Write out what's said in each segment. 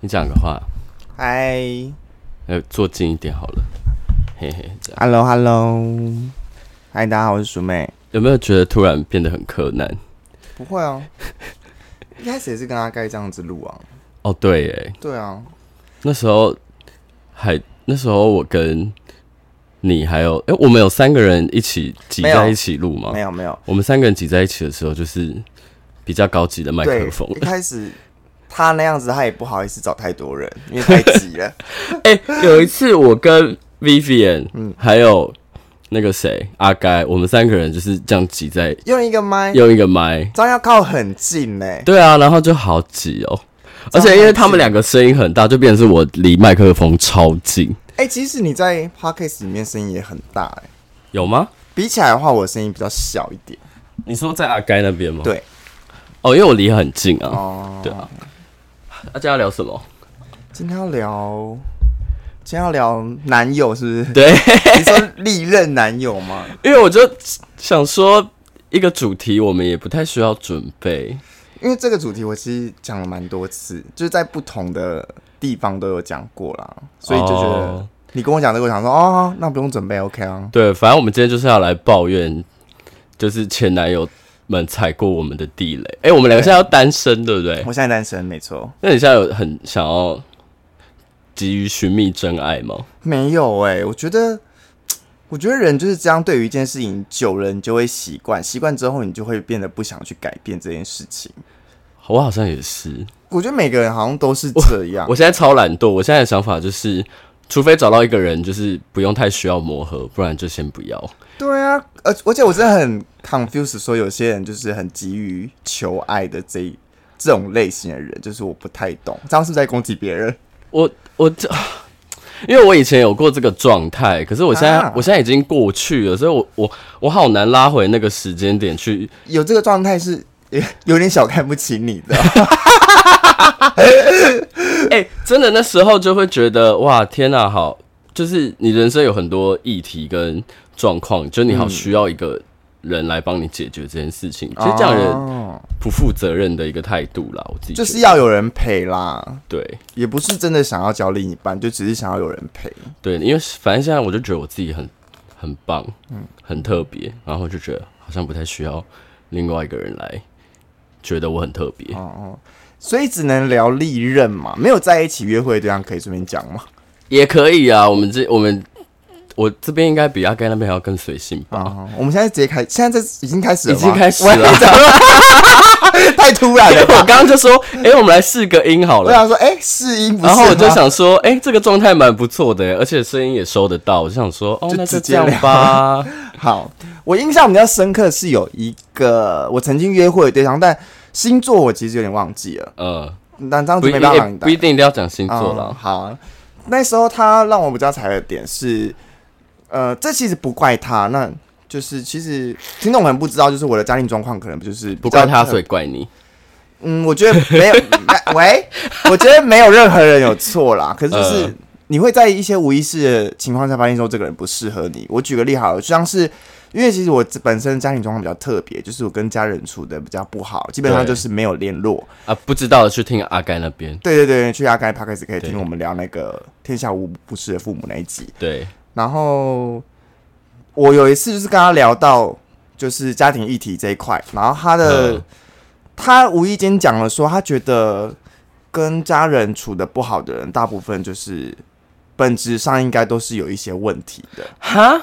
你讲个话，嗨呃，坐近一点好了，嘿嘿，这样，Hello Hello，嗨，大家好，我是鼠妹。有没有觉得突然变得很柯南？不会哦，一开始也是跟阿盖这样子录啊。哦，对，哎，对啊，那时候还那时候我跟你还有，哎、我们有三个人一起挤没有在一起录吗没？有没有，我们三个人挤在一起的时候，就是比较高级的麦对克风， 一。开始他那样子，他也不好意思找太多人，因为太挤 了。哎、有一次我跟 Vivian，嗯还有那个谁阿该，我们三个人就是这样挤在用一个麦，用一个麦。这样要靠很近呢、对啊，然后就好挤哦，而这样且因为他好们挤两个声音很大，就变成是我离麦克风超近，哎、其实你在 Podcast 里面声音也很大哎、有吗？比起来的话，我声音比较小一点。你说在阿该那边吗？对，哦，因为我离很近啊。哦、对啊，大家要聊什么？今天要聊，今天要聊男友是不是？对， 你说历任男友吗？因为我就想说一个主题，我们也不太需要准备。因为这个主题我其实讲了蛮多次，就是在不同的地方都有讲过啦，所以就觉得哦你跟我讲这个，我想说哦，那不用准备，OK 啊。对，反正我们今天就是要来抱怨，就是前男友们踩过我们的地雷。哎、我们两个现在要单身，对不对我？现在单身，没错，那你现在有很想要急于寻觅真爱吗？没有哎、我觉得，我觉得人就是这样，对于一件事情久了，你就会习惯，习惯之后你就会变得不想去改变这件事情。我好像也是，我觉得每个人好像都是这样我，现在超懒惰。我现在的想法就是，除非找到一个人，就是不用太需要磨合，不然就先不要。对啊，而而且我真的很 confused，说有些人就是很急于求爱的这一这种类型的人，就是我不太懂，这样是不是在攻击别人？我我这，因为我以前有过这个状态，可是我现在、啊我现在已经过去了，所以我我我好难拉回那个时间点去。有这个状态是也有点小看不起你的，哎、真的那时候就会觉得哇，天哪、好，就是你人生有很多议题跟状况，就你好需要一个人来帮你解决这件事情。 其实这样人哦不负责任的一个态度啦，我自己就是觉得要有人陪啦，对也不是真的想要交另一半，就只是想要有人陪。对，因为反正现在我就觉得我自己很很棒，很特别，然后就觉得好像不太需要另外一个人来觉得我很特别。哦所以只能聊利刃嘛，没有在一起约会的对象可以顺便讲嘛。也可以啊，我们这我们我这边应该比阿盖那边还要更随 性吧？啊、我们现在直接开，现在这已经开始了哦已吗，经开始 我了， 太突然了我吧刚？刚就说，哎、我们来试个音好我了。想说，哎、试音不是然吗，后我就想说，哎、这个状态蛮不错的，而且声音也收得到。我就想说，哦，那就就直这接聊样 吧。好，我印象比较深刻是有一个我曾经约会的对象，但星座我其实有点忘记了，嗯，那这样不子一没定办法也让你答不一定一定要讲星座嗯啦。好，那时候他让我比较踩的点是，呃，这其实不怪他，那就是其实听众可能不知道，就是我的家庭状况可能就是不怪他，所以以怪你。嗯，我觉得没有，没喂，我觉得没有任何人有错啦，可是就是。嗯你会在一些无意识的情况下发现说这个人不适合你。我举个例好了，就像是因为其实我本身家庭状况比较特别，就是我跟家人处的比较不好，基本上对就是没有联络。啊，不知道的去听阿盖那边。对对对，去阿盖 p o d c 可以对听我们聊那个《天下无不是的父母》那一集。对，然后我有一次就是跟他聊到就是家庭议题这一块，然后他的、嗯他无意间讲了说，他觉得跟家人处的不好的人，大部分就是本质上应该都是有一些问题的。哈，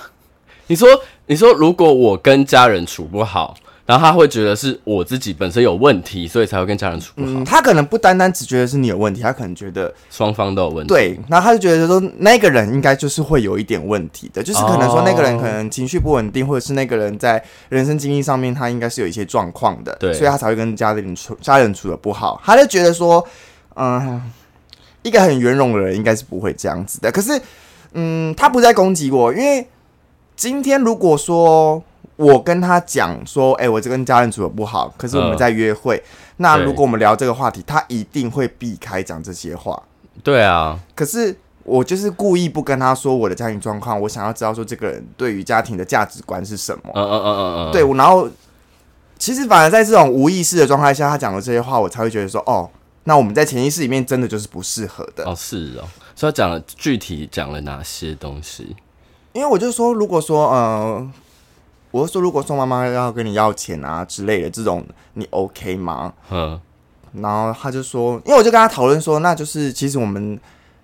你说，你说，如果我跟家人处不好，然后他会觉得是我自己本身有问题，所以才会跟家人处不好，嗯，他可能不单单只觉得是你有问题，他可能觉得双方都有问题。对，然后他就觉得说那个人应该就是会有一点问题的，就是可能说那个人哦可能情绪不稳定，或者是那个人在人生经历上面他应该是有一些状况的，对所以他才会跟家人处家人处的不好，他就觉得说，嗯，一个很圆融的人应该是不会这样子的。可是，嗯，他不是在攻击我，因为今天如果说我跟他讲说，哎、我这跟家人处的不好，可是我们嗯在约会，那对如果我们聊这个话题，他一定会避开讲这些话。对啊，可是我就是故意不跟他说我的家庭状况，我想要知道说这个人对于家庭的价值观是什么。嗯嗯嗯嗯嗯，对，我然后其实反而在这种无意识的状态下，他讲的这些话，我才会觉得说，哦，那我们在潜意识里面真的就是不适合的。哦，是哦，所以他讲了具体讲了哪些东西？因为我就说，如果说呃，我就说如果说妈妈要跟你要钱啊之类的这种，你 OK 吗？嗯，然后他就说，因为我就跟他讨论说，那就是其实我们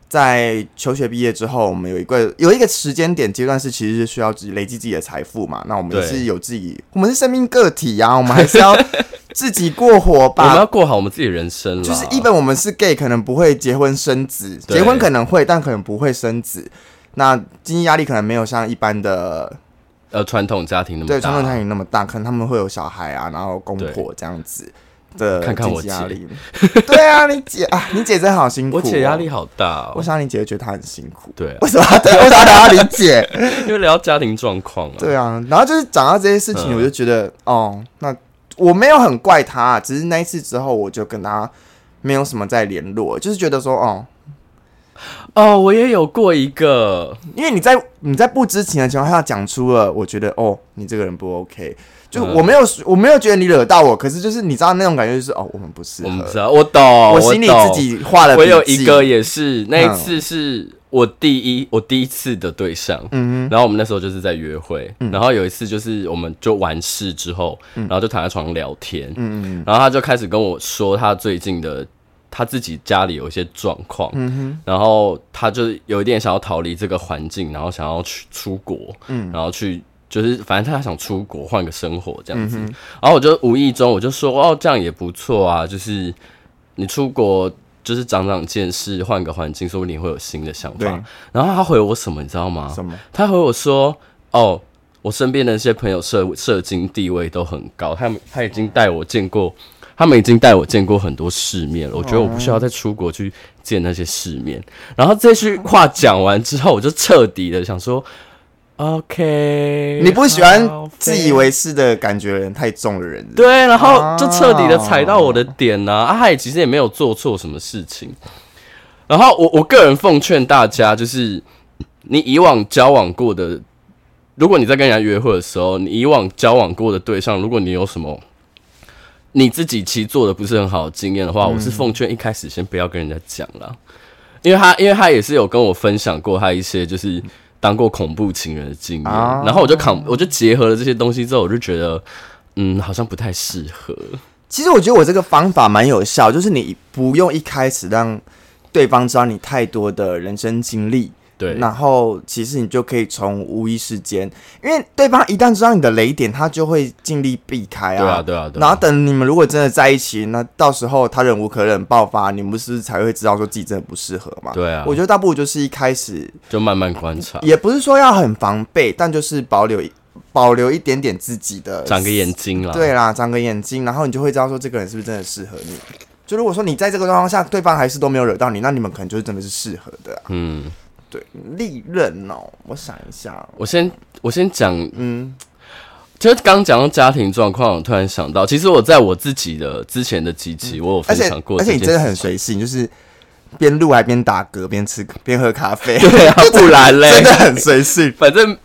在求学毕业之后，我们有一个有一个时间点阶段是其实是需要自己累积自己的财富嘛。那我们对是有自己，我们是生命个体啊呀、我们还是要自己过活 我们吧。要过好我们自己的人生啦就是一般我们是 gay，可能不会结婚生子，对结婚可能会，但可能不会生子。那经济压力可能没有像一般的呃传统家庭那么对大传统家庭那么大，可能他们会有小孩啊，然后公婆这样子的看看经我济姐压力。对啊，你姐 啊，你姐真的好辛苦、我姐压力，好大、我哦，想你姐会觉得她很辛苦。对啊，为什么要？对，为什么要聊到你姐？ 因为聊到家庭状况啊，对啊，然后就是讲到这些事情，嗯我就觉得，哦，那我没有很怪他啊，只是那一次之后，我就跟他没有什么再联络，就是觉得说，哦，哦，我也有过一个，因为你在你在不知情的情况下讲出了，我觉得哦，你这个人不 OK，就嗯我没有、我没有觉得你惹到我，可是就是你知道那种感觉就是哦，我们不适我们合。知道，我懂，嗯我心里懂自己画了我笔记嗯有一个，也是，那一次是我第一、我第一次的对象，嗯然后我们那时候就是在约会，然后有一次就是我们就完事之后，嗯然后就躺在床上聊天，嗯嗯然后他就开始跟我说他最近的他自己家里有一些状况，嗯哼，然后他就是有一点想要逃离这个环境，然后想要去出国，嗯然后去就是反正他想出国换个生活这样子。嗯然后我就无意中我就说哦，这样也不错啊，就是你出国就是长长见识，换个环境，说不定你会有新的想对法。然后他回我什么，你知道吗？什么？他回我说哦。我身边的那些朋友社社经地位都很高，他们他已经带我见过，他们已经带我见过很多世面了。哦我觉得我不需要再出国去见那些世面。然后这句话讲完之后，我就彻底的想说，OK，你不喜欢好呗自以为是的感觉的人太重的人，对，然后就彻底的踩到我的点呐、啊。他也其实也没有做错什么事情。然后我我个人奉劝大家，就是你以往交往过的，如果你在跟人家约会的时候，你以往交往过的对象，如果你有什么你自己其实做的不是很好的经验的话，我是奉劝一开始先不要跟人家讲啦，因为他因为他也是有跟我分享过他一些就是当过恐怖情人的经验，啊然后我就扛我就结合了这些东西之后，我就觉得嗯好像不太适合，其实我觉得我这个方法蛮有效，就是你不用一开始让对方知道你太多的人生经历，对，然后其实你就可以从无意识间，因为对方一旦知道你的雷点，他就会尽力避开对啊对啊对然后啊，等你们如果真的在一起，那到时候他忍无可忍爆发，你们是不是才会知道说自己真的不适合嘛？对啊我觉得大不如就是一开始，就慢慢观察，也不是说要很防备，但就是保留保留一点点自己的长个眼睛啦，对啦，长个眼睛，然后你就会知道说这个人是不是真的适合你。就如果说你在这个状况下，对方还是都没有惹到你，那你们可能就是真的是适合的啊、嗯，对，利刃哦，我想一下哦，我先我先讲嗯，就是刚讲到家庭状况，我突然想到，其实我在我自己的之前的几期，我有而分且享过嗯而这且件你事真的很随性，就是边录还边打嗝，边吃边喝咖啡， 对啊，不然嘞真，的很 随性。反正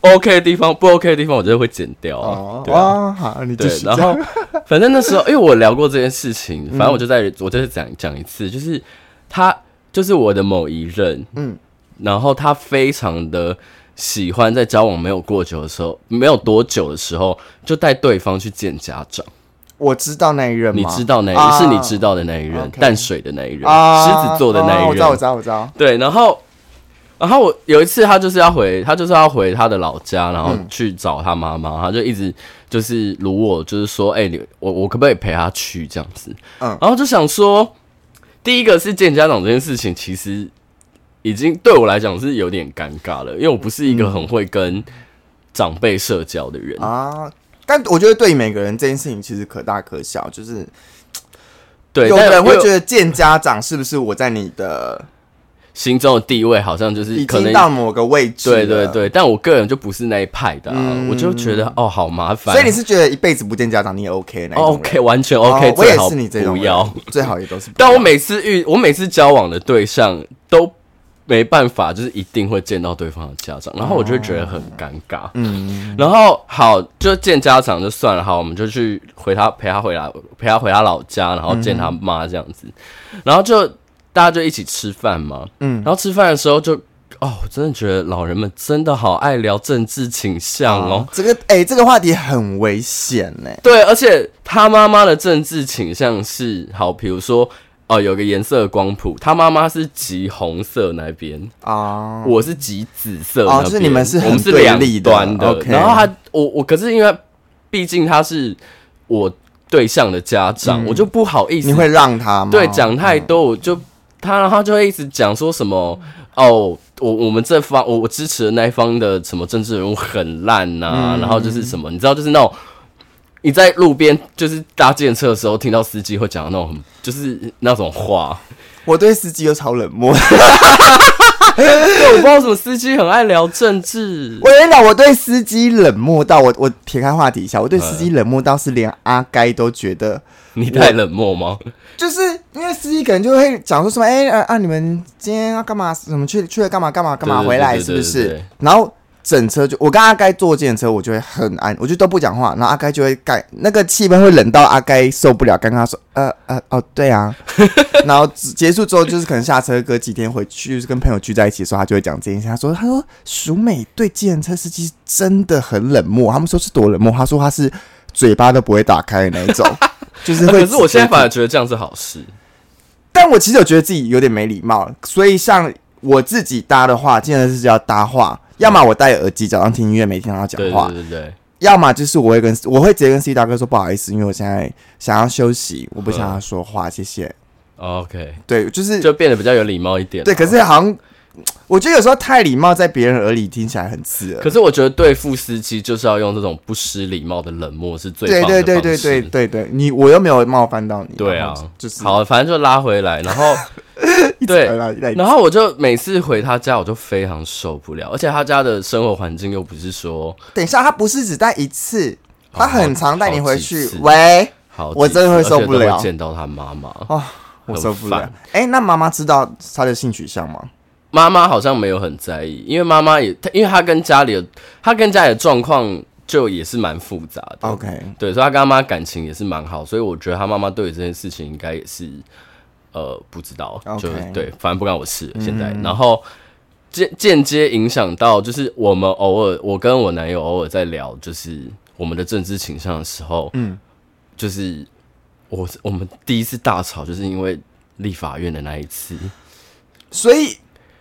OK 的地方不 OK 的地方，我就会剪掉啊、哦，对啊。哇，好，你继对，续然这样嗯后反正那时候，因为我聊过这件事情，反正我就在，我就是讲讲一次，就是他就是我的某一任，嗯嗯，然后他非常的喜欢在交往没有过久的时候，没有多久的时候，就带对方去见家长。我知道那一任吗，你知道那一啊是你知道的那一任， OK 淡水的那一任，啊，狮子座的那啊一我知任道，我。知道，我知道，对，然后，然后我有一次他就是要回，他就是要回他的老家，然后去找他妈妈，他就一直就是如我，就是说，哎、你我我可不可以陪他去这样子？嗯然后就想说，第一个是见家长这件事情，其实已经对我来讲是有点尴尬了，因为我不是一个很会跟长辈社交的人。啊。但我觉得对每个人这件事情其实可大可小，就是对，有但的人会因为觉得见家长是不是我在你的心中的地位好像就是已可经能到某个位置？对对，对，但我个人就不是那一派的、啊，嗯我就觉得哦，好麻烦。所以你是觉得一辈子不见家长你也 OK 那一种人 OK 完全哦 OK，、我最也好是你这不种人要。，最好也都是不要。但我每次遇我每次交往的对象都没办法，就是一定会见到对方的家长，然后我就会觉得很尴哦尬。嗯，然后好，就见家长就算了，好，我们就去回他陪他回来，陪他回他老家，然后见他嗯妈这样子，然后就大家就一起吃饭嘛。嗯，然后吃饭的时候就。哦，我真的觉得老人们真的好爱聊政治倾向哦。这个哎、这个话题很危险呢、对，而且他妈妈的政治倾向是好，比如说哦、有个颜色的光谱，他妈妈是极红色那边，啊。我是极紫色那哦边，就是你们是很我们是对两立的端的。 OK 然后他，我我可是因为毕竟他是我对象的家长，我就不好意思嗯你会让他吗？对，讲太多，我就他他就会一直讲说什么哦，我我们这方我我支持的那一方的什么政治人物很烂呐、啊然后就是什么，你知道就是那种。你在路边就是搭建车的时候，听到司机会讲的那种很，就是那种话。我对司机又超冷 漠。对，哎我不知道为什么司机很爱聊政治。我跟你讲，我对司机冷漠到我我撇开话题一下，我对司呃机冷漠到是连阿该都觉得，你太冷漠吗？就是因为司机可能就会讲说什么，哎、呃啊，你们今天要干嘛？什么去去了干嘛干嘛干嘛对对回来对是对不对是对？然后整车就我跟阿该坐电车，我就会很安，我就都不讲话，然后阿该就会干那个气氛会冷到阿该受不了，刚刚说，呃呃哦对啊， 然后结束之后就是可能下车隔几天回去，就是跟朋友聚在一起的时候，他就会讲这件事，他说他说淑美对计程车司机真的很冷漠，他们说是多冷漠，他说他是嘴巴都不会打开的那一 种。就是会啊可直接提，是我现在反而觉得这样是好事。但我其实有觉得自己有点没礼貌，所以像我自己搭的话，竟然是要搭话，要么我戴耳机假装听音乐没听到他讲对话，嗯对对对，要么就是我会跟我会直接跟 C 大哥说不好意思，因为我现在想要休息，我不想要说话，谢谢。 OK，对，就是就变得比较有礼貌一点。对，可是好像我觉得有时候太礼貌，在别人耳里听起来很刺耳可。是我觉得对付司机就是要用这种不失礼貌的冷漠是最对棒对的对对方式对对对，你我又没有冒犯到你，对啊然后，就是好，反正就拉回来， 然后来对，来来然后我就每次回他家我就非常受不了，而且他家的生活环境又不是说等一下，他不是只带一次，他好很常带你好回几去次。喂。好几次，我真的会而且受不都会了见到他妈妈。啊，我受不了很烦。哎、那妈妈知道他的性取向吗？妈妈好像没有很在意，因为妈妈也，她因为她跟家里的，她跟家里的状况就也是蛮复杂的。 OK，对，所以她跟她妈感情也是蛮好，所以我觉得她妈妈对于这件事情应该也是，呃，不知道 OK 就对，反正不干我事。现在，然后间间接影响到，就是我们偶尔，我跟我男友偶尔在聊，就是我们的政治倾向的时候，嗯，就是我我们第一次大吵，就是因为立法院的那一次。所以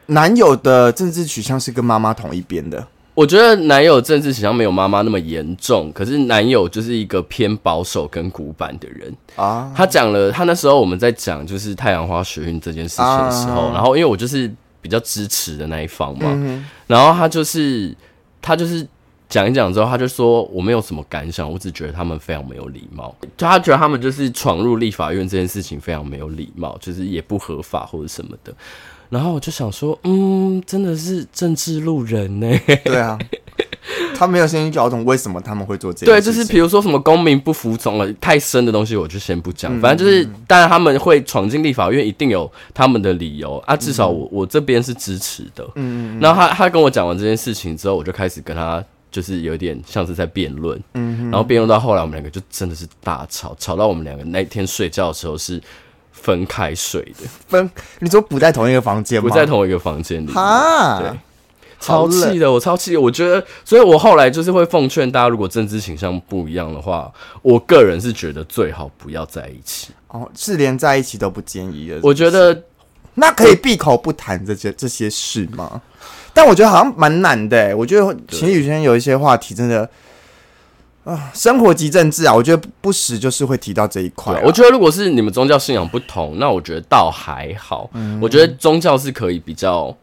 男友的政治取向是跟妈妈同一 边的。我觉得男友政治倾向没有妈妈那么严重，可是男友就是一个偏保守跟古板的人。啊，他讲了，他那时候我们在讲就是太阳花学运这件事情的时候，啊嗯然后因为我就是比较支持的那一方嘛，然后他就是他就是讲一讲之后，他就说我没有什么感想，我只觉得他们非常没有礼貌，就他觉得他们就是闯入立法院这件事情非常没有礼貌，就是也不合法或者什么的。然后我就想说，嗯，真的是政治路人呢、对啊，他没有先搞懂为什么他们会做这件对，事就情。是比如说什么公民不服从了太深的东西，我就先不讲。反正就是，当然他们会闯进立法院，一定有他们的理由啊。至少我、我这边是支持的。嗯嗯。然后他他跟我讲完这件事情之后，我就开始跟他就是有点像是在辩论。嗯。然后辩论到后来，我们两个就真的是大吵，吵到我们两个那天睡觉的时候是分开睡的，分，你说不在同一个房间吗？不在同一个房间里面。哈对，超气的，我超气的。我觉得，所以我后来就是会奉劝大家，如果政治倾向不一样的话，我个人是觉得最好不要在一起。哦，是连在一起都不建议的。我觉得那可以闭口不谈这些这些事吗？但我觉得好像蛮难的、欸。我觉得情侣之间有一些话题真的啊，生活及政治啊，我觉得不不时就是会提到这一块对啊，啊、我觉得如果是你们宗教信仰不同，那我觉得倒还好。我觉得宗教是可以比较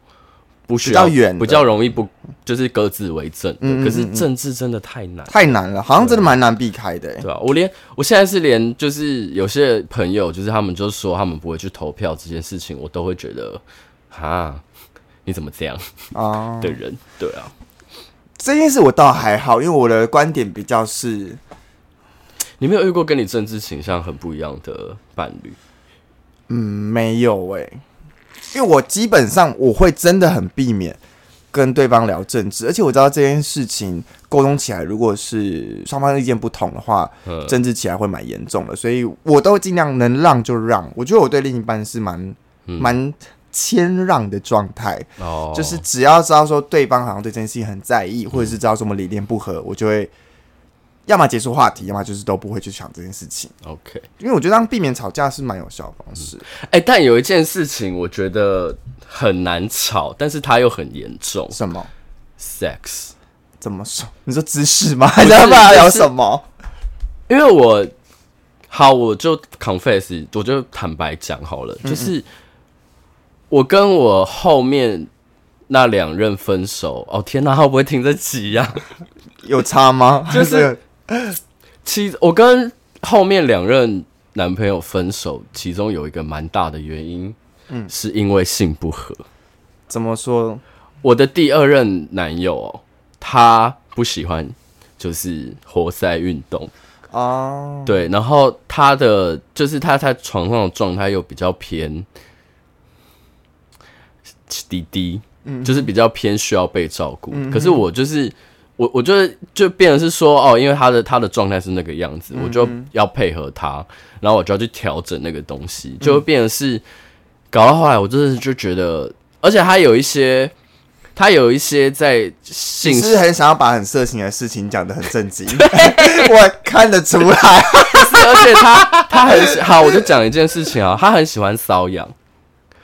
不需要嗯比较远的嗯比较容易不就是各自为政的。可是政治真的太难。太难了，好像真的蛮难避开的、欸。对啊，我连我现在是连就是有些朋友，就是他们就说他们不会去投票这件事情，我都会觉得，哈，你怎么这样啊、的人？对啊，这件事我倒还好，因为我的观点比较是，你没有遇过跟你政治倾向很不一样的伴侣？嗯，没有哎、因为我基本上我会真的很避免跟对方聊政治，而且我知道这件事情沟通起来，如果是双方意见不同的话，嗯争执起来会蛮严重的，所以我都尽量能让就让。我觉得我对另一半是蛮嗯蛮谦让的状态，哦，就是只要知道说对方好像对这件事情很在意，或者是知道什么理念不嗯合，我就会要么结束话题，要么就是都不会去想这件事情， OK。因为我觉得让避免吵架是蛮有效的方式。哎、但有一件事情我觉得很难吵，但是它又很严重什么？ ，sex。怎么说？你说姿势吗？还是是要不然聊就是什么？因为我好，我就 confess，我就坦白讲好了，就是我跟我后面那两任分手，哦天哪，他会不会听得啊起呀、有差吗？就是还其我跟后面两任男朋友分手，其中有一个蛮大的原因，嗯，是因为性不合。怎么说？我的第二任男友、哦，他不喜欢就是活塞运动，哦，对，然后他的就是他在床上的状态又比较偏滴滴，嗯就是比较偏需要被照顾。可是我就是我，我就是就变成是说哦，因为他的他的状态是那个样子，我嗯就要配合他，然后我就要去调整那个东西，嗯就会变成是搞到后来，我真的是就觉得，而且他有一些。他有一些在性你是不是很想要把很色情的事情讲得很正经， 我看得出来。而且他他很喜好，我就讲一件事情啊，他很喜欢瘙痒，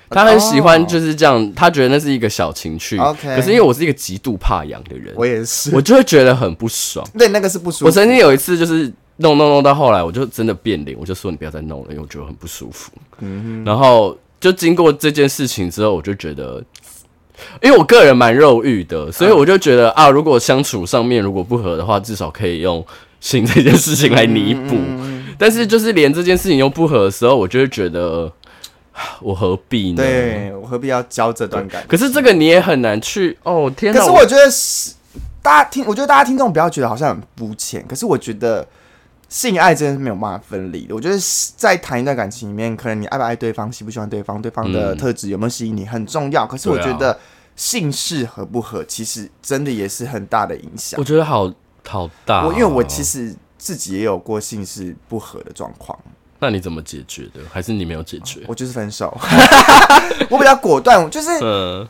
他很喜欢就是这样，他觉得那是一个小情趣。哦 OK 可是因为我是一个极度怕痒的人，我也是，我就会觉得很不爽。对那个是不舒服。我曾经有一次就是弄弄弄到后来，我就真的变脸，我就说你不要再弄了，因为我觉得很不舒服。嗯然后就经过这件事情之后，我就觉得。因为我个人蛮肉欲的，嗯所以我就觉得、啊，如果相处上面如果不合的话，至少可以用性这件事情来弥嗯补。但是就是连这件事情又不合的时候，我就会觉得啊我何必呢？。对我何必要教这段感情？可是这个你也很难去哦，天哪！可是我觉得是大家听，我觉得大家听众不要觉得好像很肤浅，可是我觉得。性爱真的是没有办法分离的。我觉得是在谈一段感情里面，可能你爱不爱对方，喜不喜欢对方，对方的嗯特质有没有吸引你很重要。可是我对啊觉得性事合不合，其实真的也是很大的影响我。觉得好好大、哦我因为我其实，实自己也有过性事不合的状况，那你怎么解决的？还是你没有解决？我就是分手， 我比较果断，就是 嗯，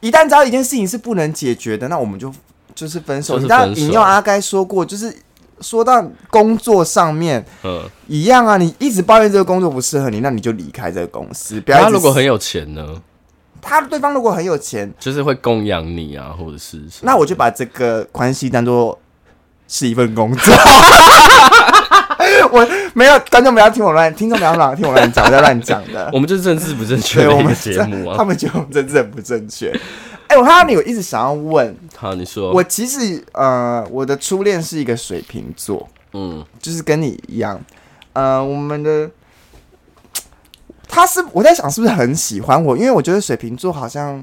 一旦知道一件事情是不能解决的，那我们就就是分手。就是你知道分手引用阿该说过，就是说到工作上面嗯，一样啊，你一直抱怨这个工作不适合你，那你就离开这个公司。不要一直他如果很有钱呢，他对方如果很有钱，就是会供养你啊，或者是什么那我就把这个关系当做是一份工作。 我没有观众不要听我乱，听众不要乱听我乱讲，我在乱讲的。我们就是政治不正确对的我一们个节目他啊。们觉得我们政治很不正确。哎、我看到你，我一直想要问，好，你说，我其实呃，我的初恋是一个水瓶座，嗯，就是跟你一样，呃，我们的他是我在想是不是很喜欢我，因为我觉得水瓶座好像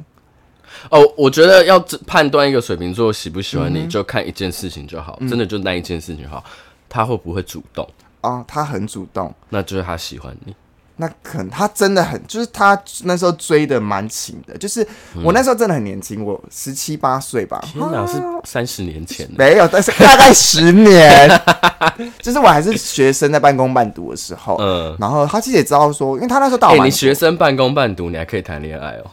哦，我觉得要这判断一个水瓶座喜不喜欢嗯你，就看一件事情就好，真的就那一件事情好，他会不会主动，啊、他很主动，那就是他喜欢你。那可能他真的很，就是他那时候追的蛮勤的，就是我那时候真的很年轻，我十七八岁吧，嗯天哪，是啊三十年前的，没有，但是大概 十年，就是我还是学生在半工半读的时候，嗯，然后他其实也知道说，因为他那时候大我哎，蛮你学生半工半读，你还可以谈恋爱哦。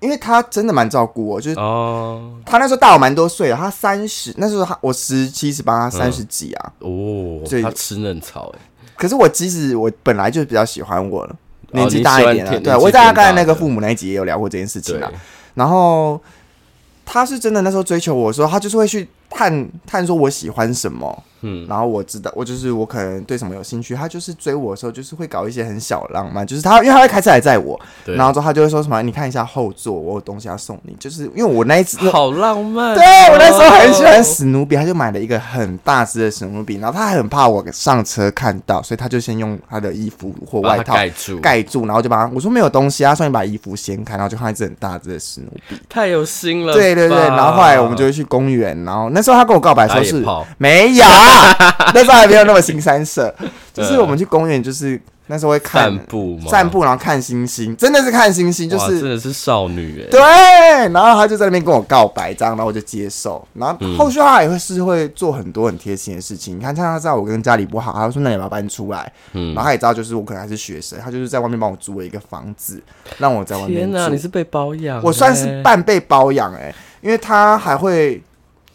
因为他真的蛮照顾我，就是哦，他那时候大我蛮多岁的，他三十，那时候他我十七十嗯八，他三十几啊。哦所以，他吃嫩草哎，可是我其实我本来就比较喜欢我了，哦年纪大一点你喜了。啊欢对，年纪我在偏大的刚才那个父母那一集也有聊过这件事情对啊。，然后他是真的那时候追求我的时候，他就是会去探探说我喜欢什么，嗯，然后我知道我就是我可能对什么有兴趣，他就是追我的时候就是会搞一些很小浪漫，就是他因为他会开车来载我，对然后之后他就会说什么你看一下后座，我有东西要送你，就是因为我那一次好浪漫哦。 哦对我那时候很喜欢史努比，他就买了一个很大只的史努比，然后他很怕我上车看到，所以他就先用他的衣服或把外它套盖住，盖住，然后就把我说没有东西啊，所以你把衣服掀开，然后就看到一只很大只的史努比。太有心了吧。对对对，然后后来我们就会去公园，然后那时候他跟我告白打说野是啊炮， 没有，那时候还没有那么新三色，就是我们去公园就是那时候会看散步吗？散步，然后看星星，真的是看星星，就哇是真的是少女哎、对，然后他就在那边跟我告白，这样，然后我就接受。然后后续他也会是会做很多很贴心的事情。你看，像他知道我跟家里不好，他就说那你把我搬出来。嗯然后他也知道，就是我可能还是学生，他就是在外面帮我租了一个房子，让我在外面天住。哪、你是被包养欸、我算是半被包养哎、因为他还会，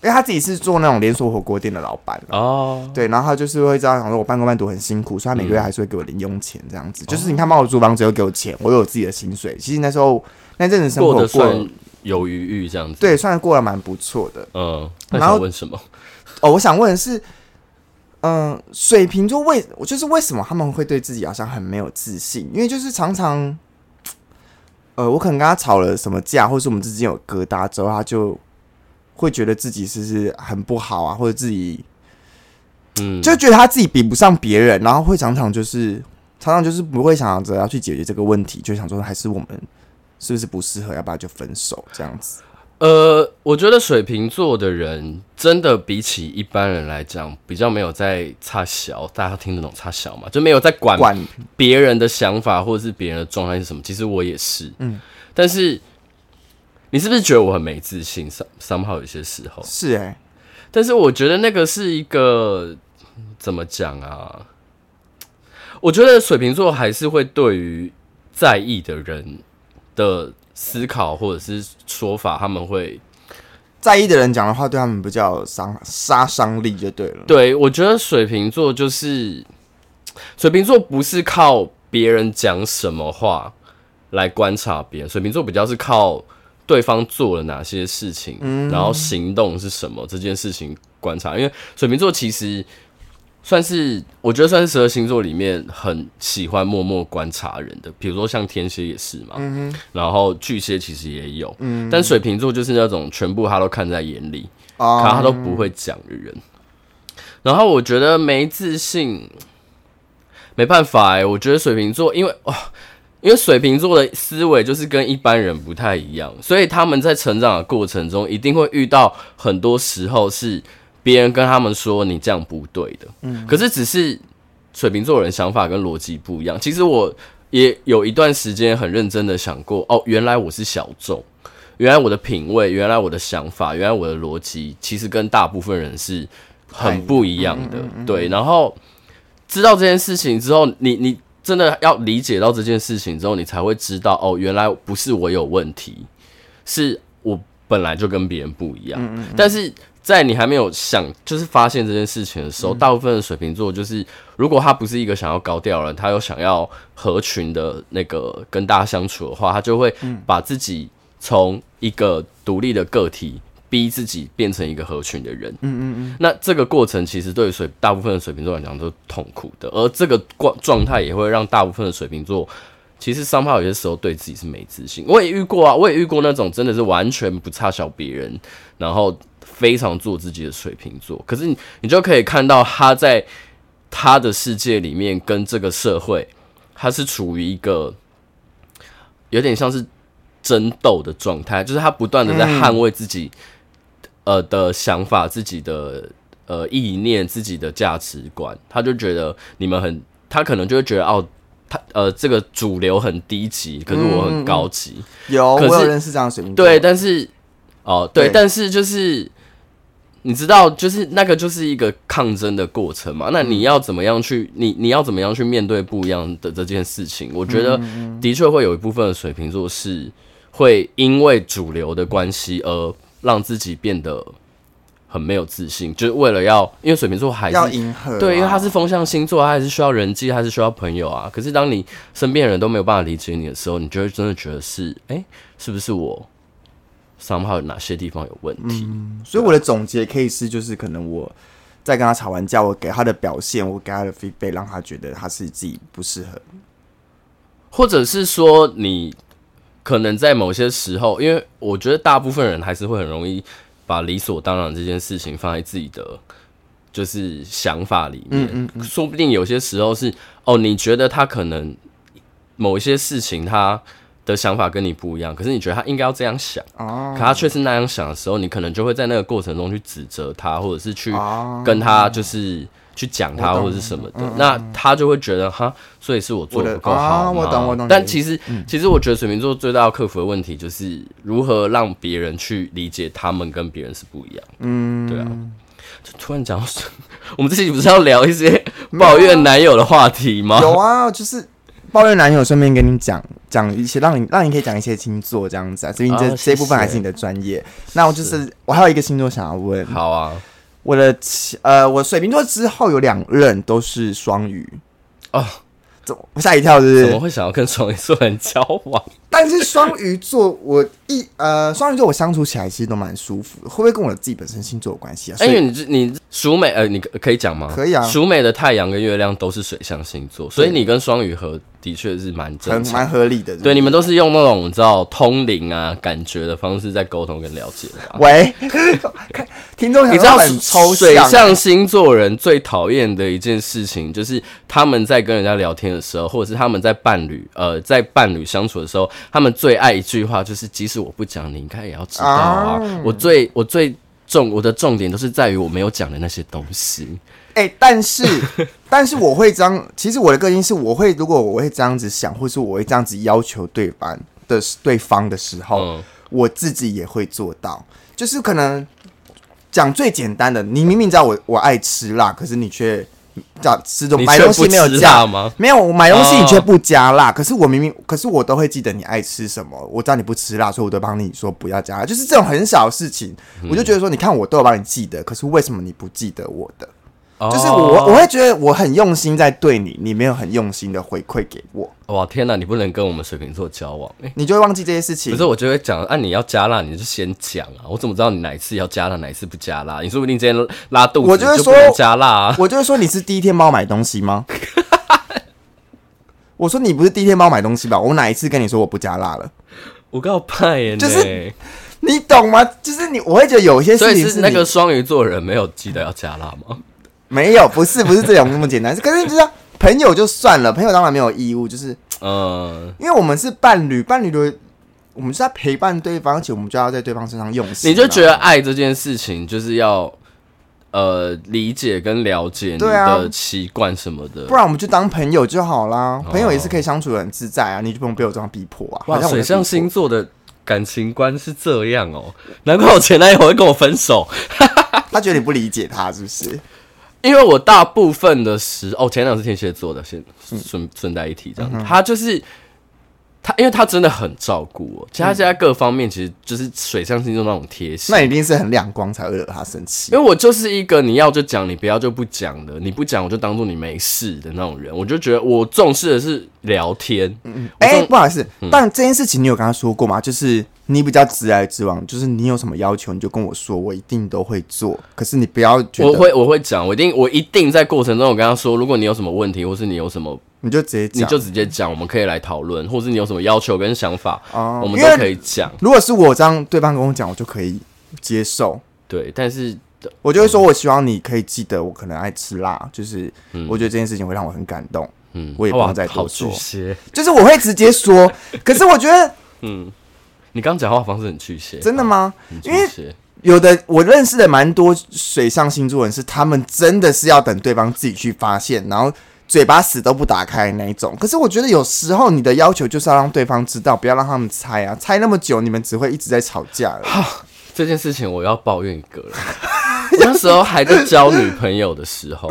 因为他自己是做那种连锁火锅店的老板啦哦，对，然后他就是会这样想说，我半工半读很辛苦，所以他每个月还是会给我零用钱这样子。就是你看，帮我租房子又给我钱，我有我自己的薪水。其实那时候那阵子生活过得过算有余裕这样子。，对，算是过得蛮不错的。嗯，那然后想问什么？哦，我想问的是，嗯、水瓶座为我就是为什么他们会对自己好像很没有自信？因为就是常常，呃，我可能跟他吵了什么架，或是我们之间有疙瘩之后，他就会觉得自己是不是很不好啊，或者自己嗯，就觉得他自己比不上别人，然后会常常就是常常就是不会想着要去解决这个问题，就想说还是我们是不是不适合，要不然就分手这样子。呃，我觉得水瓶座的人真的比起一般人来讲，比较没有在差小，大家听得懂差小嘛？就没有在管管别人的想法或者是别人的状态是什么。其实我也是，嗯，但是你是不是觉得我很没自信？三三号有些时候，是哎、但是我觉得那个是一个怎么讲啊？我觉得水瓶座还是会对于在意的人的思考或者是说法，他们会在意的人讲的话，对他们比较有伤杀伤力就对了。对，我觉得水瓶座就是水瓶座不是靠别人讲什么话来观察别人，水瓶座比较是靠对方做了哪些事情，然后行动是什么这件事情观察。因为水瓶座其实算是我觉得算是十二星座里面很喜欢默默观察人的，比如说像天蝎也是嘛，然后巨蟹其实也有，但水瓶座就是那种全部他都看在眼里，啊可他都不会讲的人。然后我觉得没自信，没办法哎、我觉得水瓶座，因为哦，因为水瓶座的思维就是跟一般人不太一样，所以他们在成长的过程中，一定会遇到很多时候是别人跟他们说你这样不对的，嗯，可是只是水瓶座人想法跟逻辑不一样。其实我也有一段时间很认真的想过，哦，原来我是小众。原来我的品味，原来我的想法，原来我的逻辑，其实跟大部分人是很不一样的。对，然后知道这件事情之后，你你真的要理解到这件事情之后，你才会知道哦，原来不是我有问题，是我本来就跟别人不一样。但是在你还没有想就是发现这件事情的时候，大部分的水瓶座就是，如果他不是一个想要高调的人，他又想要合群的那个跟大家相处的话，他就会把自己从一个独立的个体。逼自己变成一个合群的人，那这个过程其实对于水大部分的水瓶座来讲都是痛苦的，而这个状状态也会让大部分的水瓶座，其实上怕有些时候对自己是没自信。我也遇过啊，我也遇过那种真的是完全不差小别人，然后非常做自己的水瓶座。可是你你就可以看到他在他的世界里面跟这个社会，他是处于一个有点像是争斗的状态，就是他不断的在捍卫自己、呃的想法、自己的呃意念、自己的价值观，他就觉得你们很，他可能就会觉得哦。他呃，这个主流很低级，可是我很高级。有，我可是有认识这样的水瓶座。对，但是哦，对，对但是就是你知道，就是那个就是一个抗争的过程嘛。那你要怎么样去，你你要怎么样去面对不一样的这件事情？我觉得的确会有一部分的水瓶座是会因为主流的关系而让自己变得很没有自信，就是为了要，因为水瓶座还是要迎合啊、对，因为他是风象星座，他还是需要人际，他还是需要朋友啊。可是当你身边的人都没有办法理解你的时候，你就会真的觉得是，哎、是不是我 somehow 哪些地方有问题？所以我的总结可以是，就是可能我在跟他吵完架，我给他的表现，我给他的 feedback，让他觉得他是自己不适合。或者是说你可能在某些时候，因为我觉得大部分人还是会很容易把理所当然这件事情放在自己的就是想法里面，说不定有些时候是哦，你觉得他可能某一些事情他的想法跟你不一样，可是你觉得他应该要这样想，哦 可他却是那样想的时候，你可能就会在那个过程中去指责他，或者是去跟他就是去讲他哦我懂嗯或者是什么的，那他就会觉得哈，所以是我做我的的不够好啊我吗懂我懂但你其实、其实我觉得水瓶座最大要克服的问题就是如何让别人去理解他们跟别人是不一样。嗯，对啊。就突然讲到水，我们这期不是要聊一些抱怨男友的话题吗？嗯有啊，就是抱怨男友，顺便跟你讲讲一些，让你让你可以讲一些星座这样子啊，所以你这、啊谢谢这一部分还是你的专业。那我就是我还有一个星座想要问，好啊，我的其呃，我水瓶座之后有两任都是双鱼哦，怎么吓一跳是不怎么是？会想要跟双鱼座人交往？但是双鱼座我一呃，双鱼座我相处起来其实都蛮舒服的，会不会跟我自己本身星座有关系啊？哎，所因为以你这你属美呃，你可可以讲吗？可以啊属美的太阳跟月亮都是水象星座，所以你跟双鱼合的确是蛮正很常。蛮合理的。对，，你们都是用那种你知道通灵啊感觉的方式在沟通跟了解 的吧。喂，看听众啊想你知说道很抽水象，象星座人最讨厌的一件事情，就是他们在跟人家聊天的时候，或者是他们在伴侣呃在伴侣相处的时候，他们最爱一句话就是：即使我不讲，你应该也要知道啊。我最我最重我的重点都是在于我没有讲的那些东西。哎、但是 但是我会这样，其实我的个性是，我会如果我会这样子想，或是我会这样子要求对方的对方的时候，嗯我自己也会做到。就是可能讲最简单的，你明明知道我我爱吃辣，可是你却讲吃东你买却东西不没有吃加辣吗？没有，我买东西你却哦不加辣，可是我明明，可是我都会记得你爱吃什么，我知道你不吃辣，所以我都帮你说不要加辣，就是这种很小的事情，嗯我就觉得说，你看我都有帮你记得，可是为什么你不记得我的？哦就是我我会觉得我很用心在对你，你没有很用心的回馈给我，我哦哇天哪，你不能跟我们水瓶座交往。欸你就会忘记这些事情可。是我就会讲，啊，你要加辣，你就先讲啊，我怎么知道你哪一次要加辣，哪一次不加辣？你说不定今天拉肚子，我就会你说不能加辣 啊。我就会说你是第一天帮我买东西 吗？我说你不是第一天帮我买东西吧？我哪一次跟你说我不加辣了？我告白耶，就是你懂吗？就是你，我会觉得有一些所事以情是你那个双鱼座人没有记得要加辣吗？没有，不是不是这种那么简单。可是你知道，朋友就算了，朋友当然没有义务，就是嗯，因为我们是伴侣，伴侣的我们是在陪伴对方，而且我们就要在对方身上用心嘛。你就觉得爱这件事情就是要呃理解跟了解你对啊的习惯什么的不。然我们就当朋友就好啦，朋友也是可以相处的很自在啊，你就不用被我这样逼迫啊。好哦哇，像我水在逼迫象星座的感情观是这样哦，难怪我前男友会跟我分手。他觉得你不理解他是不是？因为我大部分的时哦，前两是天蝎座的，先嗯顺顺带一提这样，他就是他，因为他真的很照顾我，其实他在各方面其实就是水象星座那种贴心嗯那。你一定是很亮光才会惹他生气因为。我就是一个你要就讲，你不要就不讲的，你不讲我就当做你没事的那种人。我就觉得我重视的是聊天，我嗯哎、重不好意思，但这件事情你有跟他说过吗？就是你比较直来直往，就是你有什么要求你就跟我说，我一定都会做。可是你不要觉我得，会我会讲，我一定我一定在过程中我跟他说，如果你有什么问题，或是你有什么，你就直接你讲。就直接讲，我们可以来讨论，或是你有什么要求跟想法，哦我们因为都可以讲。如果是我这样，对方跟我讲，我就可以接受。对，但是我就会嗯说，我希望你可以记得，我可能爱吃辣，就是我觉得这件事情会让我很感动。嗯，我也不哇用再多好说巨蟹，就是我会直接说，可是我觉得你刚刚讲话方式很巨蟹，真的吗？很巨因为蟹有的我认识的蛮多水上星座人是，他们真的是要等对方自己去发现，然后嘴巴死都不打开那一种。可是我觉得有时候你的要求就是要让对方知道，不要让他们猜啊，猜那么久，你们只会一直在吵架 了。这件事情，我要抱怨一 个人。我那时候还在交女朋友的时 候，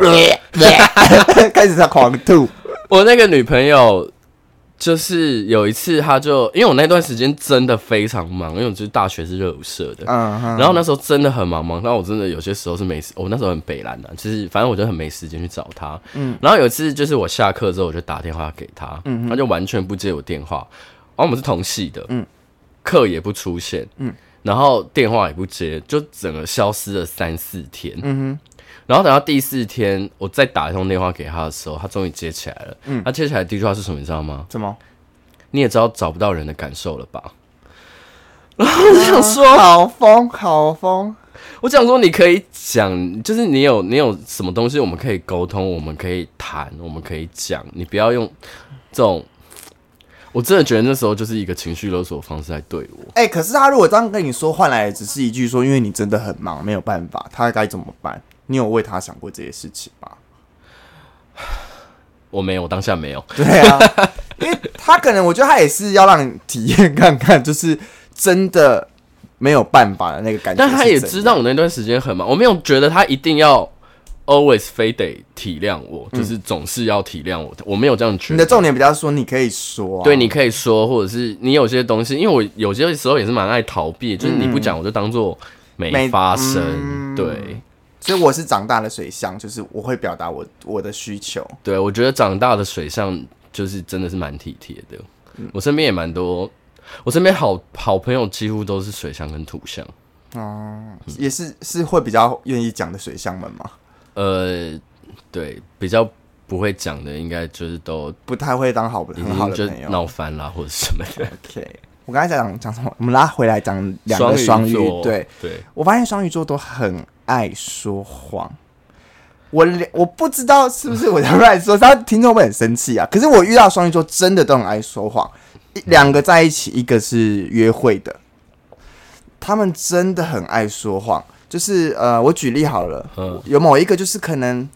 开始在狂吐，我那个女朋友就是有一次，她就因为我那段时间真的非常忙，因为我就是大学是热舞社的，嗯哼，然后那时候真的很忙忙，但我真的有些时候是没时，我那时候很北蓝的、就是反正我就很没时间去找他。嗯，然后有一次就是我下课之后我就打电话给他，嗯，他就完全不接我电话，然后我们是同系的，嗯，课也不出现，嗯，然后电话也不接，就整个消失了三四天，嗯哼。然后等到第四天，我再打一通电话给他的时候，他终于接起来了。嗯，他接起来的第一句话是什么？你知道吗？怎么？你也知道找不到人的感受了吧？然 后我就想说，好疯，好疯，我想说，你可以讲，就是你有你有什么东西，我们可以沟通，我们可以谈，我们可以讲，你不要用这种。我真的觉得那时候就是一个情绪勒索方式在对我。哎、可是他如果这样跟你说，换来的只是一句说，因为你真的很忙，没有办法，他该怎么办？你有为他想过这些事情吗？我没有，我当下没有。 对啊，因为他可能我觉得他也是要让你体验看看，就是真的没有办法的那个感觉。但他也知，道我那段时间很忙，我没有觉得他一定 要 always 非得体谅我，就是总是要体谅我，我没有这样觉得。你的重点比较说你可以说、啊，对，你可以说，或者是你有些东西，因为我有些时候也是蛮爱逃避，就是你不讲，我就当做没没发生。嗯对，所以我是长大的水象，就是我会表达我我的需求。对我觉得长大的水象就是真的是蛮体贴的，我身边也蛮多，我身边好好朋友几乎都是水象跟土象，嗯也是是会比较愿意讲的水象们嘛，呃，对，比较不会讲的，应该就是都不太会当好已很好经嗯就的朋友。闹翻啦，或者什么的。 OK，我刚才在讲讲什么？我们拉回来讲两个双鱼，座对对，我发现双鱼座都很爱说谎。我我不知道是不是我在乱说， 他听众会很生气啊。可是我遇到双鱼座真的都很爱说谎，一两个在一起，一个是约会的，他们真的很爱说谎。就是呃，我举例好了，嗯有某一个就是可能，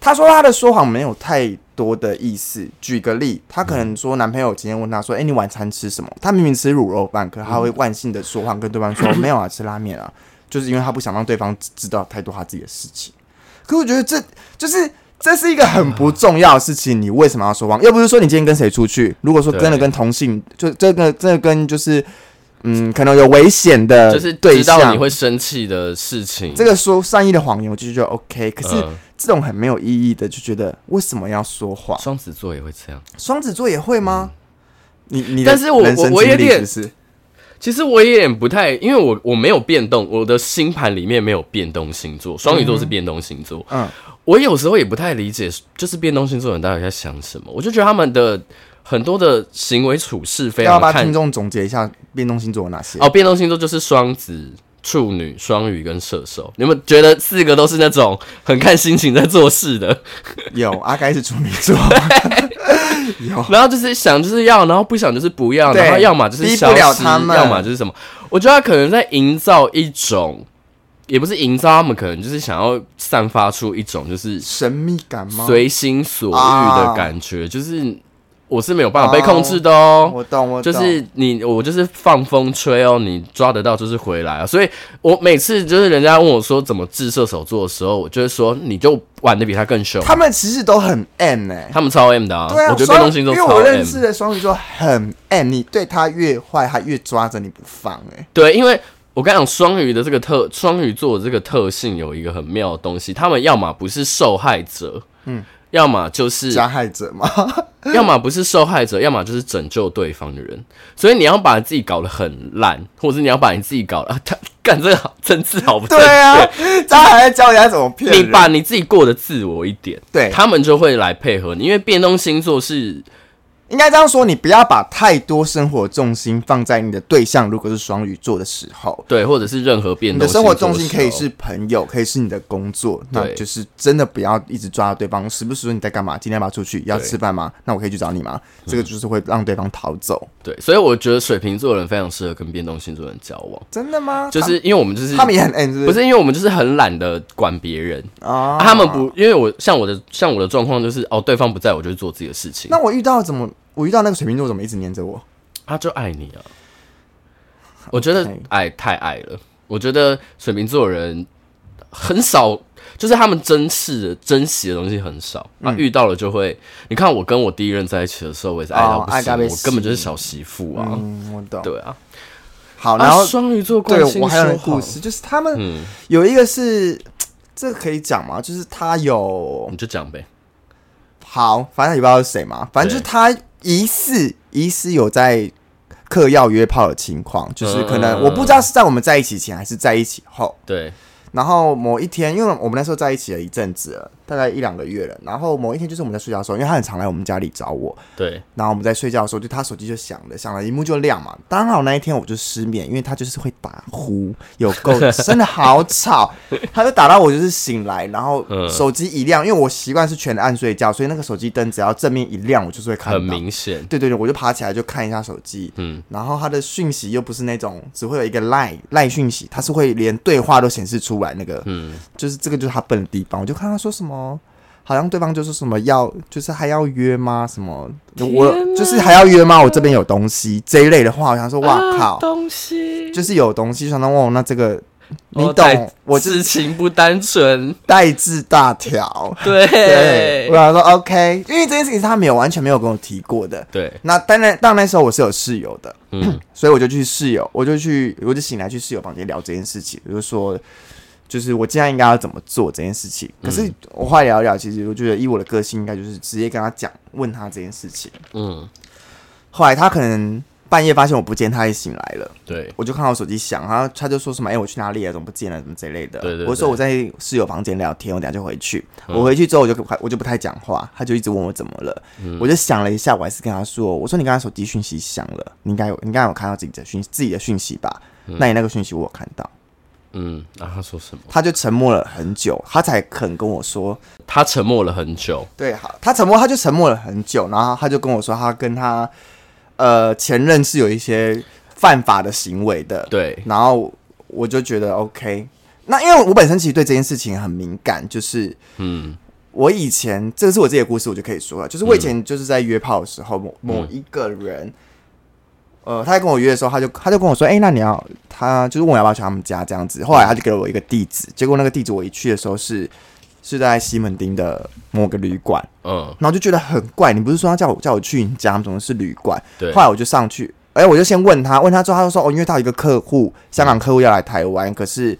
他说他的说谎没有太多的意思。举个例，他可能说男朋友今天问他说：“哎、你晚餐吃什么？”他明明吃卤肉饭，可他 会万幸的说谎跟对方说：“没有啊，吃拉面啊。”就是因为他不想让对方知知道太多他自己的事情。可我觉得这就是这是一个很不重要的事情，你为什么要说谎？又不是说你今天跟谁出去，如果说真的对跟同性，就这个这个跟就是嗯，可能有危险的就是呃对知道象你，会生气的事情。这个说善意的谎言，我就觉得 OK。可是嗯这种很没有意义的，就觉得为什么要说谎？双子座也会这样。双子座也会吗？你你嗯的但是我人生我我有经历点是不是其实我有点不太，因为我我没有变动，我的星盘里面没有变动星座，双鱼座是变动星座。嗯我有时候也不太理解，就是变动星座的人到底在想什么。我就觉得他们的很多的行为处事非要常不要看听众总结一下变动星座有哪些？哦，变动星座就是双子、处女、双鱼跟射手。你们觉得四个都是那种很看心情在做事的，有阿该是处女 座，有然后就是想就是要，然后不想就是不要，对然后要么就是逼不消失了他们要么就是什么？我觉得他可能在营造一种，也不是营造，他们可能就是想要散发出一种就是神秘感吗？随心所欲的感觉，就是我是没有办法被控制的哦。啊我懂我懂，就是你，我就是放风吹哦，你抓得到就是回来啊。所以我每次就是人家问我说怎么治射手座的时候，我就会说你就玩的比他更凶。他们其实都很 M 哎、他们超 M 的啊，对啊，我觉得双变动星座因为超 M。我认识的双鱼座很 M，你对他越坏，他越抓着你不放哎、对，因为我刚讲双鱼的这个特，双鱼座的这个特性有一个很妙的东西，他们要么不是受害者，嗯，要么就是，加害者嘛。要么不是受害者，要么就是拯救对方的人。所以你要把自己搞得很烂，或者是你要把你自己搞得，啊、他干这个好政治好不正 对确？啊，他还在教人家怎么骗你人。把你自己过得自我一点，对他们就会来配合你，因为变动星座是应该这样说，你不要把太多生活重心放在你的对象，如果是双鱼座的时候，对，或者是任何变你动的星生座活的时候重心可以是朋友，可以是你的工作，那对就是真的不要一直抓着对方，时不时说你在干嘛，今天要不要出去，要吃饭吗？那我可以去找你吗？嗯这个就是会让对方逃走。对，所以我觉得水瓶座的人非常适合跟变动星座的人交往，真的吗？就是因为我们就是他他们也很 M，是不不是是因为我们就是很懒得管别人，啊他们不，因为我像我的像我的状况就是哦，对方不在我就是做自己的事情，那我遇到怎么？我遇到那个水瓶座怎么一直黏着我？他就爱你啊。我觉得 OK 爱太爱了，我觉得水瓶座的人很少，就是他们珍视的珍惜的东西很少，那、嗯遇到了就会，你看我跟我第一任在一起的时候，我也是爱到哦不爱行，到被我根本就是吸小媳妇啊，嗯，我懂。对啊，好，然后啊双、鱼座对关心我还有说一个故谎，事，就是他们嗯，有一个是，这个可以讲吗？就是他有你就讲呗，好，反正也不知道是谁嘛，反正就是对他疑似疑似有在嗑药约炮的情况，就是可嗯嗯能嗯我不知道是在我们在一起前还是在一起后。对，然后某一天，因为我们那时候在一起了一阵子了，大概一两个月了。然后某一天就是我们在睡觉的时候，因为他很常来我们家里找我，对，然后我们在睡觉的时候，就他手机就响了，响了，荧幕就亮嘛。刚好那一天我就失眠，因为他就是会打呼，有够真的好吵， 他就打到我就是醒来，然后嗯手机一亮，因为我习惯是全暗睡觉，所以那个手机灯只要正面一亮，我就是会看很到。明显，对对对，我就爬起来就看一下手机，嗯嗯，然后他的讯息又不是那种只会有一个赖赖讯息，他是会连对话都显示出来那个，嗯，就是这个就是他笨的地方。我就看他说什么，好像对方就是什么要，就是还要约吗？什么天我哪就是还要约吗？我这边有东西这一类的话，我想说，哇靠，啊东西就是有东西，想到哦，那这个你哦懂太，我就是事情不单 纯，代志大条。对对，我想说 OK，因为这件事情是他没有完全没有跟我提过的。对，那当然，当然那时候我是有室友的，嗯， 所以我就去室友，我就去，我就醒来去室友房间聊这件事情，我就说，就是我现在应该要怎么做这件事情。可是我后来聊一聊，其实我觉得以我的个性，应该就是直接跟他讲，问他这件事情。嗯，后来他可能半夜发现我不见，他也醒来了，对，我就看到我手机响，然后他就说什么，哎、我去哪里了，怎么不见了，怎么这类的。对对对我就说我在室友房间聊天，我等下就回去。嗯我回去之后，我就不我就不太讲话，他就一直问我怎么了，嗯我就想了一下，我还是跟他说，我说你刚才手机讯息响了，你应该有，你应该有看到自己的讯自己的讯息吧？那你那个讯息我有看到。嗯，那、他说什么？他就沉默了很久，他才肯跟我说，他沉默了很久，对，好，他沉默，他就沉默了很久，然后他就跟我说，他跟他呃前任是有一些犯法的行为的，对，然后我就觉得 OK。那因为我本身其实对这件事情很敏感，就是嗯，我以前这是我自己的故事，我就可以说了，就是我以前就是在约炮的时候，某某一个人。呃，他在跟我约的时候，他就他就跟我说，哎、那你要他就是问我要不要去他们家这样子。后来他就给了我一个地址，结果那个地址我一去的时候是是在西门町的某个旅馆，嗯，然后就觉得很怪，你不是说要叫我叫我去你家，怎么是旅馆？对，后来我就上去，哎、我就先问他，问他之后，他就说，哦，因为他有一个客户，嗯香港客户要来台湾，可是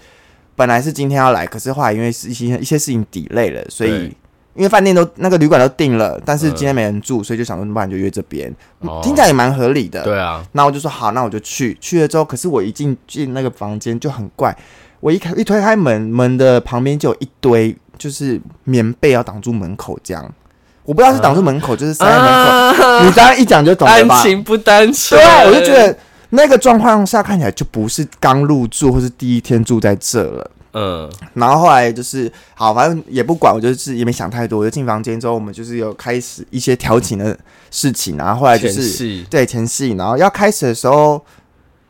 本来是今天要来，可是后来因为是一些一些事情 delay 了，所以对因为饭店都那个旅馆都订了，但是嗯今天没人住，所以就想说，不然就约这边，哦听起来也蛮合理的。对啊，那我就说好，那我就去。去了之后，可是我一进进那个房间就很怪，我一开一推开门，门的旁边就有一堆就是棉被要挡住门口这样。我不知道是啊挡住门口，就是塞在门口。你刚刚一讲就懂了单吧？情不单纯，对，啊我欸就觉得那个状况下看起来就不是刚入住或是第一天住在这了。嗯，然后后来就是好，反正也不管，我就是也没想太多。我就进房间之后，我们就是有开始一些调情的事情，然后后来哎就前是戏，对前戏，然后要开始的时候，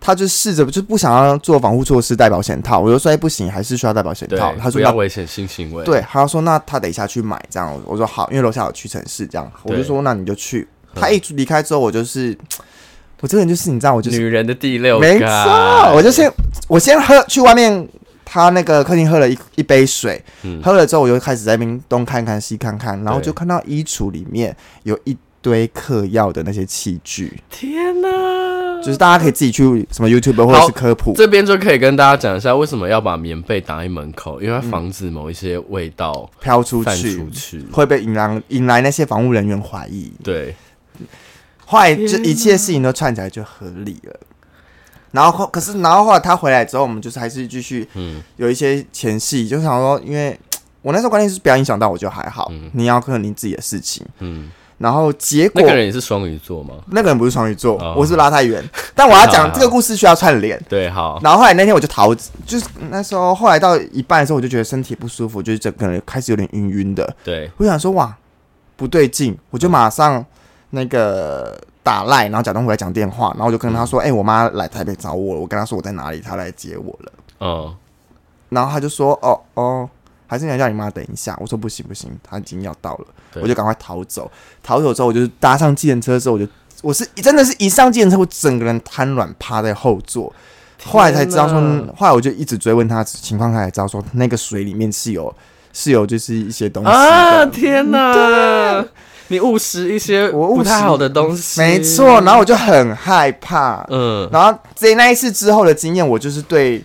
他就试着就不想要做防护措施，戴保险套。我就说、哎，不行，还是需要戴保险对套。，他说不要那危险性行为，对，他说那他等一下去买这样。我我说好，因为楼下有屈臣氏这样，我就对说那你就去。他一离开之后，我就是我这个人就是你知道，我就是女人的第六没感错，我就先我先喝去外面。他那个客厅喝了一一杯水，嗯喝了之后我就开始在那边东看看西看看，然后对就看到衣橱里面有一堆嗑药的那些器具，天哪，就是大家可以自己去什么 YouTube 或者是科普，这边就可以跟大家讲一下，为什么要把棉被挡在门口，因为它防止某一些味道飘出散去出去。会被引来引来那些防务人员怀疑。对，后来这一切事情都串起来就合理了。然后后可是然后后来他回来之后，我们就是还是继续嗯，有一些前戏，就想说，因为我那时候观念是不要影响到我就还好，嗯你要克你自己的事情。嗯，然后结果那个人也是双鱼座吗？那个人不是双鱼座，哦我是不是拉太远，但我要还讲好这个故事需要串联。对，好，然后后来那天我就逃，就是那时候后来到一半的时候，我就觉得身体不舒服，就是整个人开始有点晕晕的。对，我想说哇，不对劲，我就马上那个打赖，然后假装我在讲电话，然后我就跟他嗯说，哎、我妈来台北找我了，我跟她说我在哪里，她来接我了。嗯，然后他就说，哦哦，还是你要叫你妈等一下。我说不行不行，她已经要到了，对我就赶快逃走。逃走之后，我就搭上计程车之后，我就我是真的是一上计程车，我整个人瘫软趴在后座。后来才知道说天哪，后来我就一直追问他情况，他才知道说那个水里面是有是有就是一些东西的。啊，天哪，你误食一些我误食不太好的东西，没错，然后我就很害怕。嗯，然后在那一次之后的经验，我就是对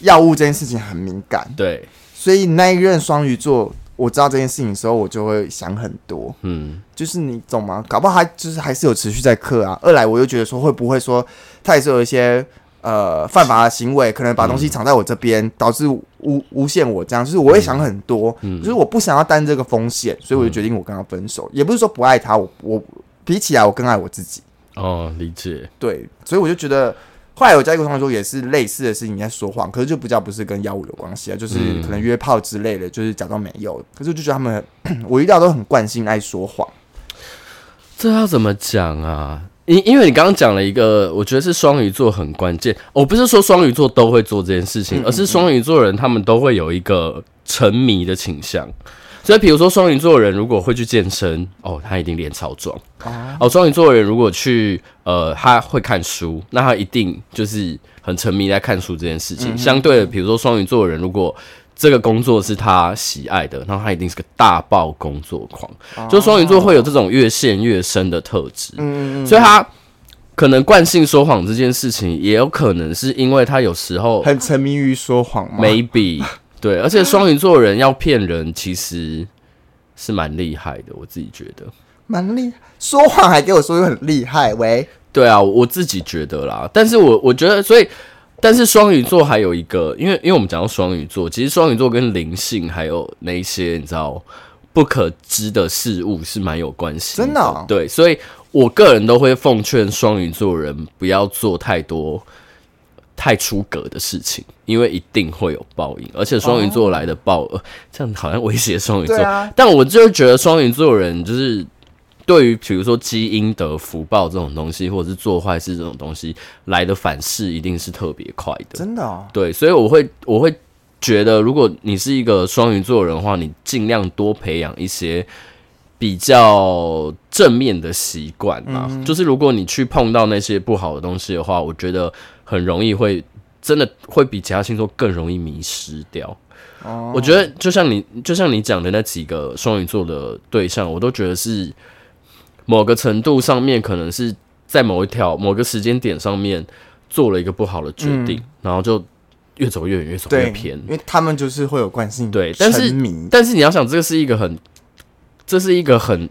药物这件事情很敏感，对，所以那一任双鱼座，我知道这件事情的时候，我就会想很多。嗯，就是你懂吗？搞不好他就是还是有持续在嗑啊。二来我又觉得说，会不会说他也是有一些呃犯法的行为，可能把东西藏在我这边，导致诬诬陷我这样。就是我会想很多，嗯就是我不想要担这个风险，所以我就决定我跟他分手。也不是说不爱他，我我比起来我更爱我自己。哦，理解，对，所以我就觉得，后来我在一个同学说也是类似的事情在说谎，可是就比较不是跟药物有关系啊，就是嗯可能约炮之类的，就是假装没有。 可是我就觉得他们很，我遇到都很惯性爱说谎。这要怎么讲啊？因因为你刚刚讲了一个，我觉得是双鱼座很关键。我不是说双鱼座都嗯会做这件事情，而是双鱼座人他们都会有一个沉迷的倾向。所以比如说双鱼座的人如果会去健身，哦，他一定脸超壮。哦，双鱼座的人如果去呃，他会看书，那他一定就是很沉迷在看书这件事情。相对的，比如说双鱼座的人如果这个工作是他喜爱的，那他一定是个大爆工作狂。就双鱼座会有这种越陷越深的特质，所以他可能惯性说谎这件事情，也有可能是因为他有时候很沉迷于说谎吗？ maybe 对，而且双鱼座人要骗人其实是蛮厉害的，我自己觉得。蛮厉害，说谎还给我说又很厉害，喂，对啊，我自己觉得啦，但是我我觉得，所以，但是双鱼座还有一个，因为因为我们讲到双鱼座，其实双鱼座跟灵性还有那一些你知道不可知的事物是蛮有关系，真的哦对，所以我个人都会奉劝双鱼座人不要做太多太出格的事情，因为一定会有报应，而且双鱼座来的报，呃这样好像威胁双鱼座，对啊但我就觉得双鱼座人就是对于比如说积阴德、福报这种东西，或者是做坏事这种东西，来的反噬一定是特别快的。真的哦，对，所以我会我会觉得，如果你是一个双鱼座人的话，你尽量多培养一些。比较正面的习惯吧，就是如果你去碰到那些不好的东西的话，我觉得很容易会真的会比其他星座更容易迷失掉。我觉得就像你就像你讲的那几个双鱼座的对象，我都觉得是某个程度上面可能是在某一条某个时间点上面做了一个不好的决定，然后就越走越远，越走越对，偏因。为他们就是会有惯性，对但是沉迷，但是你要想，这个是一个很，这是一个很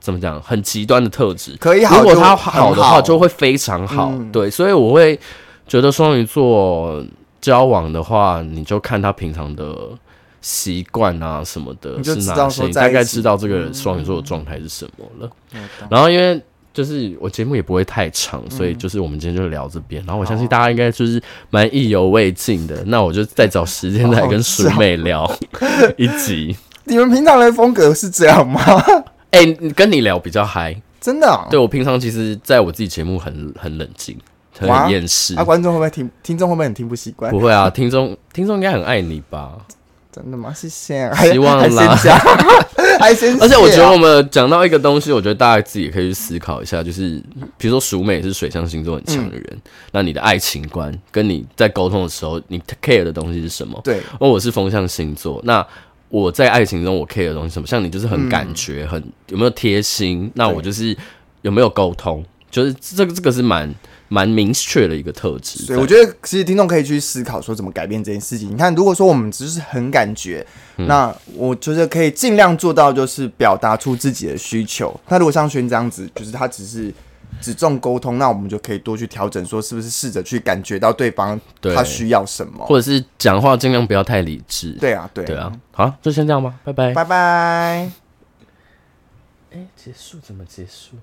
怎么讲，很极端的特质。可以好如果就很他好好的话，就会非常好。嗯对，所以我会觉得双鱼座交往的话，你就看他平常的习惯啊什么的，你就是知哪道些，说你在大一概起嗯知道这个双鱼座的状态是什么了。然后因为。就是我节目也不会太长，嗯所以就是我们今天就聊这边。哦然后我相信大家应该就是蛮意犹未尽的，那我就再找时间再跟鼠妹聊一 集。你们平常的风格是这 样吗？哎、跟你聊比较嗨，真的、哦，对我平常其实在我自己节目很很冷静，很哇厌世。啊，观众会不会听？听众会不会很听不习惯不？会啊，听众听众应该很爱你啊吧？真的吗？谢谢，希望还啦先讲， 还先谢啊，而且我觉得我们讲到一个东西，我觉得大家自己也可以去思考一下，就是比如说熟美是水象星座很强的人，嗯那你的爱情观跟你在沟通的时候，你 care 的东西是什么？对，而哦我嗯是风象星座，那我在爱情中我 care 的东西是什么？像你就是嗯很感觉，很有没有贴心？那我就是有没有沟通？就是这个这个是蛮蛮明确的一个特质在。所以我觉得其实听众可以去思考说怎么改变这件事情。你看，如果说我们只是很感觉，嗯那我觉得可以尽量做到就是表达出自己的需求。那如果像轩这样子，就是他只是。只重沟通，那我们就可以多去调整，说是不是试着去感觉到对方对他需要什么。或者是讲话尽量不要太理智。对啊，对对，啊，好，就先这样吧，拜拜。拜拜。哎结束怎么结束？